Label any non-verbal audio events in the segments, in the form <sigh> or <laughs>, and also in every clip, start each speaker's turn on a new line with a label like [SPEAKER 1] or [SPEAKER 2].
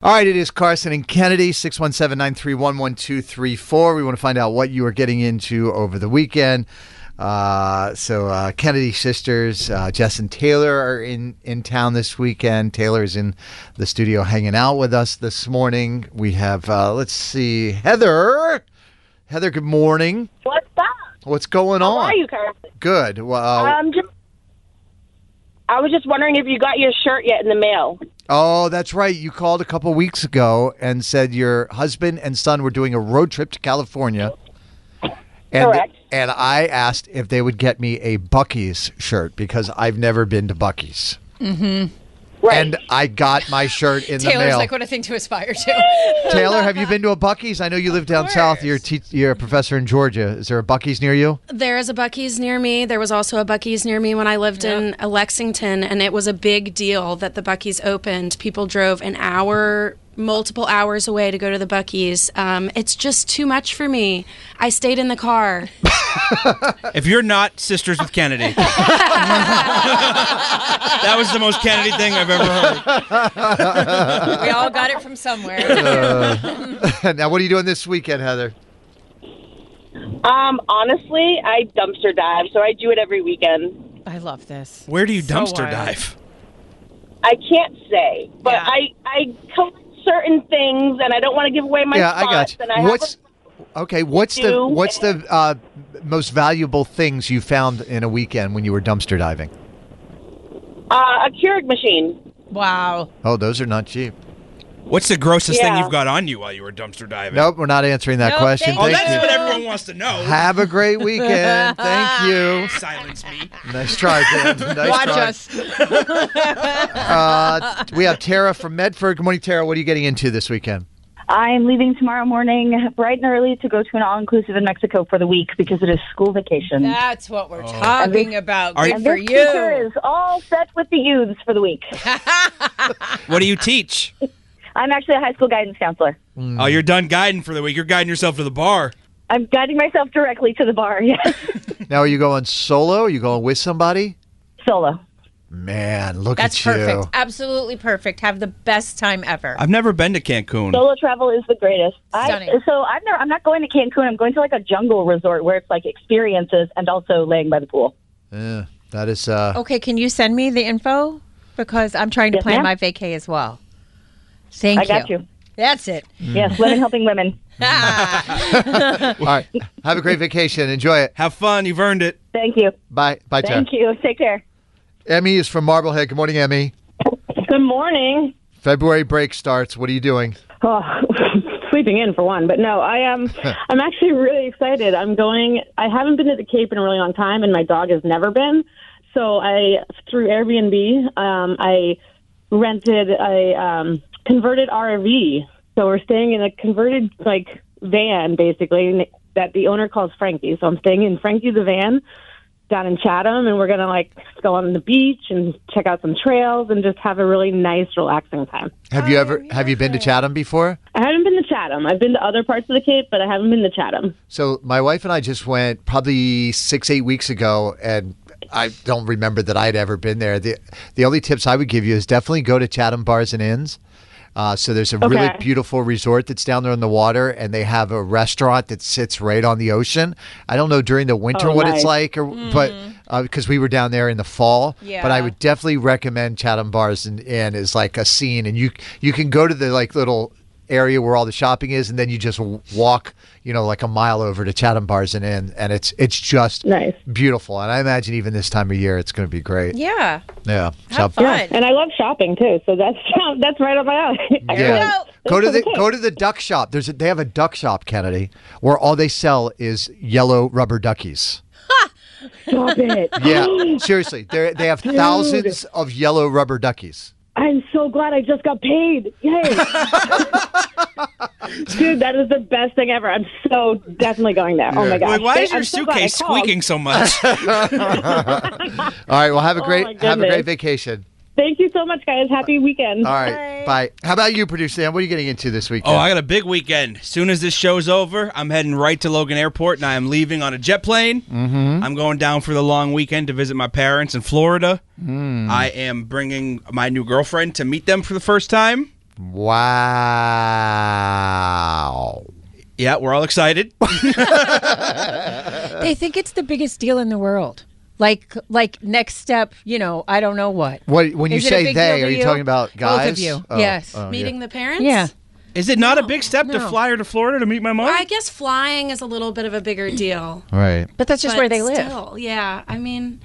[SPEAKER 1] All right, it is Carson and Kennedy, 617 931 1234. We want to find out what you are getting into over the weekend. Uh, so, uh, Kennedy sisters, uh, Jess and Taylor, are in, in town this weekend. Taylor is in the studio hanging out with us this morning. We have, uh, let's see, Heather. Heather, good morning.
[SPEAKER 2] What's up?
[SPEAKER 1] What's going
[SPEAKER 2] How
[SPEAKER 1] on? Oh.
[SPEAKER 2] are you, Carson?
[SPEAKER 1] Good. Well, uh,
[SPEAKER 2] Um, just, I was just wondering if you got your shirt yet in the mail.
[SPEAKER 1] oh, that's right. You called a couple weeks ago and said your husband and son were doing a road trip to California. And,
[SPEAKER 2] Correct.
[SPEAKER 1] and I asked if they would get me a Bucky's shirt because I've never been to Bucky's.
[SPEAKER 2] Right.
[SPEAKER 1] And I got my shirt in the
[SPEAKER 3] Taylor's
[SPEAKER 1] mail.
[SPEAKER 3] like, what a thing to aspire to.
[SPEAKER 1] Taylor, have you been to a Bucky's? I know you live down south. You're a, te- you're a professor in Georgia. Is there a Bucky's near you? <laughs>
[SPEAKER 4] There is a Bucky's near me. There was also a Bucky's near me when I lived in uh, Lexington, and it was a big deal that the Bucky's opened. People drove an hour, multiple hours away to go to the Bucky's. Um, it's just too much for me. I stayed in the
[SPEAKER 3] Oh,
[SPEAKER 4] car.
[SPEAKER 5] If you're not sisters with Kennedy, that was the most Kennedy thing I've ever heard.
[SPEAKER 3] we all got it from somewhere.
[SPEAKER 1] now, what are you doing this weekend, Heather?
[SPEAKER 2] um, honestly, I dumpster dive, so I do it every weekend.
[SPEAKER 3] I love this.
[SPEAKER 5] Where do you
[SPEAKER 3] So
[SPEAKER 5] dumpster
[SPEAKER 3] wild.
[SPEAKER 5] dive?
[SPEAKER 2] I can't say, but
[SPEAKER 3] Yeah.
[SPEAKER 2] I I collect certain things, and I don't want to give away my
[SPEAKER 1] yeah, I
[SPEAKER 2] spots.
[SPEAKER 1] got you.
[SPEAKER 2] And I
[SPEAKER 1] what's okay? What's the
[SPEAKER 2] do.
[SPEAKER 1] what's the uh, most valuable things you found in a weekend when you were dumpster diving?
[SPEAKER 2] have a, uh, a Keurig machine.
[SPEAKER 3] Wow.
[SPEAKER 1] Oh, those are not cheap.
[SPEAKER 5] What's the grossest thing
[SPEAKER 2] Yeah.
[SPEAKER 5] you've got on you while you were dumpster diving?
[SPEAKER 1] Nope, we're not answering that
[SPEAKER 3] Nope,
[SPEAKER 1] question.
[SPEAKER 3] thank
[SPEAKER 5] Oh,
[SPEAKER 1] Thank,
[SPEAKER 5] that's
[SPEAKER 1] you.
[SPEAKER 5] what everyone wants to know.
[SPEAKER 1] Have a great weekend. Thank you.
[SPEAKER 5] Silence me.
[SPEAKER 1] Nice try, Dan. Nice
[SPEAKER 3] Watch
[SPEAKER 1] try.
[SPEAKER 3] us.
[SPEAKER 1] Uh, we have Tara from Medford. Good morning, Tara. What are you getting into this weekend?
[SPEAKER 6] I'm leaving tomorrow morning bright and early to go to an all inclusive in Mexico for the week because it is school vacation.
[SPEAKER 3] That's what we're talking about.
[SPEAKER 5] Are-
[SPEAKER 3] Good
[SPEAKER 6] and
[SPEAKER 3] for
[SPEAKER 6] this teacher
[SPEAKER 3] Oh. you.
[SPEAKER 6] is all set with the youths for the week.
[SPEAKER 5] What do you teach?
[SPEAKER 6] I'm actually a high school guidance counselor.
[SPEAKER 1] Hmm.
[SPEAKER 5] Oh, you're done guiding for the week. You're guiding yourself to the bar.
[SPEAKER 6] I'm guiding myself directly to the bar, <laughs> yes,
[SPEAKER 1] Now, are you going solo? Are you going with somebody?
[SPEAKER 6] solo.
[SPEAKER 1] Man, look
[SPEAKER 3] That's
[SPEAKER 1] at you.
[SPEAKER 3] perfect. Absolutely perfect. Have the best time ever.
[SPEAKER 5] I've never been to Cancun.
[SPEAKER 6] Solo travel is the greatest. I,
[SPEAKER 3] Stunning.
[SPEAKER 6] so I'm, never, I'm not going to Cancun. I'm going to like a jungle resort where it's like experiences and also laying by the pool.
[SPEAKER 1] Yeah, that is. Uh,
[SPEAKER 3] Okay, can you send me the info? Because I'm trying to
[SPEAKER 6] Yes,
[SPEAKER 3] plan
[SPEAKER 6] ma'am.
[SPEAKER 3] my vacay as well. Thank
[SPEAKER 6] I got you.
[SPEAKER 3] That's <laughs> it.
[SPEAKER 6] Yes, women helping women.
[SPEAKER 1] All right. Have a great vacation. Enjoy it.
[SPEAKER 5] Have fun. You've earned it.
[SPEAKER 6] Thank you.
[SPEAKER 1] Bye. Bye, Tara.
[SPEAKER 6] Thank you. Take care.
[SPEAKER 1] Emmy is from Marblehead. Good morning, Emmy.
[SPEAKER 7] Good morning.
[SPEAKER 1] February break starts. What are you doing?
[SPEAKER 7] Oh, <laughs> sleeping in for one, but no, I am. I'm actually really excited. I'm going. I haven't been to the Cape in a really long time, and my dog has never been. So I, through Airbnb, um, I rented a um, converted RV. So we're staying in a converted like van, basically n- that the owner calls Frankie. So I'm staying in Frankie the van down in Chatham, and we're gonna like go on the beach and check out some trails and just have a really nice, relaxing time.
[SPEAKER 1] Have you ever
[SPEAKER 7] Um,
[SPEAKER 1] have you been to Chatham before?
[SPEAKER 7] I haven't been to Chatham. I've been to other parts of the Cape, but I haven't been to Chatham.
[SPEAKER 1] So my wife and I just went probably six eight weeks ago, and I don't remember that I'd ever been there. the The only tips I would give you is definitely go to Chatham Bars and Inns. Uh, so there's a really
[SPEAKER 7] Okay.
[SPEAKER 1] beautiful resort that's down there on the water, and they have a restaurant that sits right on the ocean. I don't know during the winter
[SPEAKER 7] Oh,
[SPEAKER 1] what it's
[SPEAKER 7] nice. Mm.
[SPEAKER 1] like, or but because we were down there in the fall. But I
[SPEAKER 3] Yeah.
[SPEAKER 1] would definitely recommend Chatham Bars and Inn as like a scene, and you you can go to the like little area where all the shopping is, and then you just w- walk, you know, like a mile over to Chatham Bars and Inn, and it's it's just
[SPEAKER 7] Nice.
[SPEAKER 1] beautiful. And I imagine even this time of year, it's going to be great.
[SPEAKER 3] Yeah.
[SPEAKER 1] Yeah.
[SPEAKER 3] Have
[SPEAKER 1] So-
[SPEAKER 3] fun.
[SPEAKER 7] And I love shopping too, so that's <laughs> that's right up my alley. <laughs>
[SPEAKER 1] Yeah.
[SPEAKER 7] Go.
[SPEAKER 1] Go to the
[SPEAKER 7] That's okay.
[SPEAKER 1] go to the duck shop. There's a, they have a duck shop, Kennedy, where all they sell is yellow rubber duckies.
[SPEAKER 7] Stop it. <gasps>
[SPEAKER 1] Yeah, seriously, they they have thousands of yellow rubber duckies.
[SPEAKER 7] I'm so glad I just got paid. <laughs> Yay. Dude, that is the best thing ever. I'm so definitely going there. Oh my gosh.
[SPEAKER 5] Like, why is your
[SPEAKER 7] I'm so glad I
[SPEAKER 5] suitcase
[SPEAKER 7] called.
[SPEAKER 5] squeaking
[SPEAKER 1] <laughs>
[SPEAKER 5] so much?
[SPEAKER 1] All right, well have a
[SPEAKER 7] Oh,
[SPEAKER 1] great
[SPEAKER 7] my
[SPEAKER 1] have a great
[SPEAKER 7] goodness.
[SPEAKER 1] vacation.
[SPEAKER 7] Thank you so much, guys. Happy weekend.
[SPEAKER 1] All right, bye. How about you, producer Dan? What are you getting into this weekend?
[SPEAKER 5] Oh, I got a big weekend. Soon as this show's over, I'm heading right to Logan Airport, and I am leaving on a jet plane. Mm-hmm. I'm going down for the long weekend to visit my parents in Florida. I am bringing my new girlfriend to meet them for the first time.
[SPEAKER 3] <laughs>
[SPEAKER 1] Wow.
[SPEAKER 5] Yeah, we're all excited.
[SPEAKER 3] They think it's the biggest deal in the world. Like, like next step, you know, I don't know what.
[SPEAKER 1] What when you
[SPEAKER 3] Is it a
[SPEAKER 1] say
[SPEAKER 3] big deal
[SPEAKER 1] they,
[SPEAKER 3] to
[SPEAKER 1] are you
[SPEAKER 3] you?
[SPEAKER 1] talking about
[SPEAKER 3] Both of
[SPEAKER 1] guys? Oh.
[SPEAKER 3] you, yes.
[SPEAKER 4] Meeting the parents?
[SPEAKER 3] Yeah.
[SPEAKER 5] Is it not a big step to
[SPEAKER 3] no.
[SPEAKER 5] fly her to Florida to meet my mom?
[SPEAKER 4] I guess flying is a little bit of a bigger deal.
[SPEAKER 1] the right.
[SPEAKER 3] But that's just
[SPEAKER 4] but
[SPEAKER 3] where they live.
[SPEAKER 4] Still, yeah. I mean,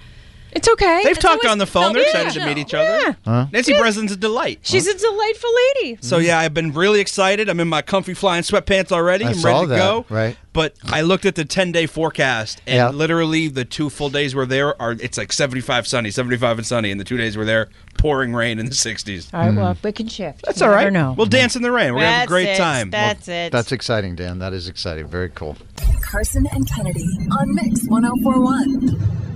[SPEAKER 3] It's okay.
[SPEAKER 5] They've talked
[SPEAKER 4] always
[SPEAKER 5] on the phone.
[SPEAKER 4] felt
[SPEAKER 5] They're
[SPEAKER 4] big.
[SPEAKER 5] excited to
[SPEAKER 4] Yeah.
[SPEAKER 5] meet each other. Nancy Breslin's a delight.
[SPEAKER 3] She's a delightful lady.
[SPEAKER 5] So
[SPEAKER 1] Mm-hmm.
[SPEAKER 5] yeah, I've been really excited. I'm in my comfy flying sweatpants already.
[SPEAKER 1] I
[SPEAKER 5] I'm
[SPEAKER 1] saw
[SPEAKER 5] ready to
[SPEAKER 1] that,
[SPEAKER 5] go.
[SPEAKER 1] right.
[SPEAKER 5] But I looked at the 10 day forecast, and
[SPEAKER 1] Yeah.
[SPEAKER 5] literally the two full days we're there are it's like 75 sunny, 75 and sunny, and the two days we're there pouring rain in the 60s.
[SPEAKER 3] All right, well, we can shift.
[SPEAKER 5] Hmm. That's all right.
[SPEAKER 3] No.
[SPEAKER 5] We'll dance in the rain. We're gonna have a
[SPEAKER 8] That's
[SPEAKER 5] great
[SPEAKER 8] it.
[SPEAKER 5] time.
[SPEAKER 8] That's it.
[SPEAKER 1] That's exciting, Dan. That is exciting. Very cool.
[SPEAKER 9] Carson and Kennedy on Mix 1041.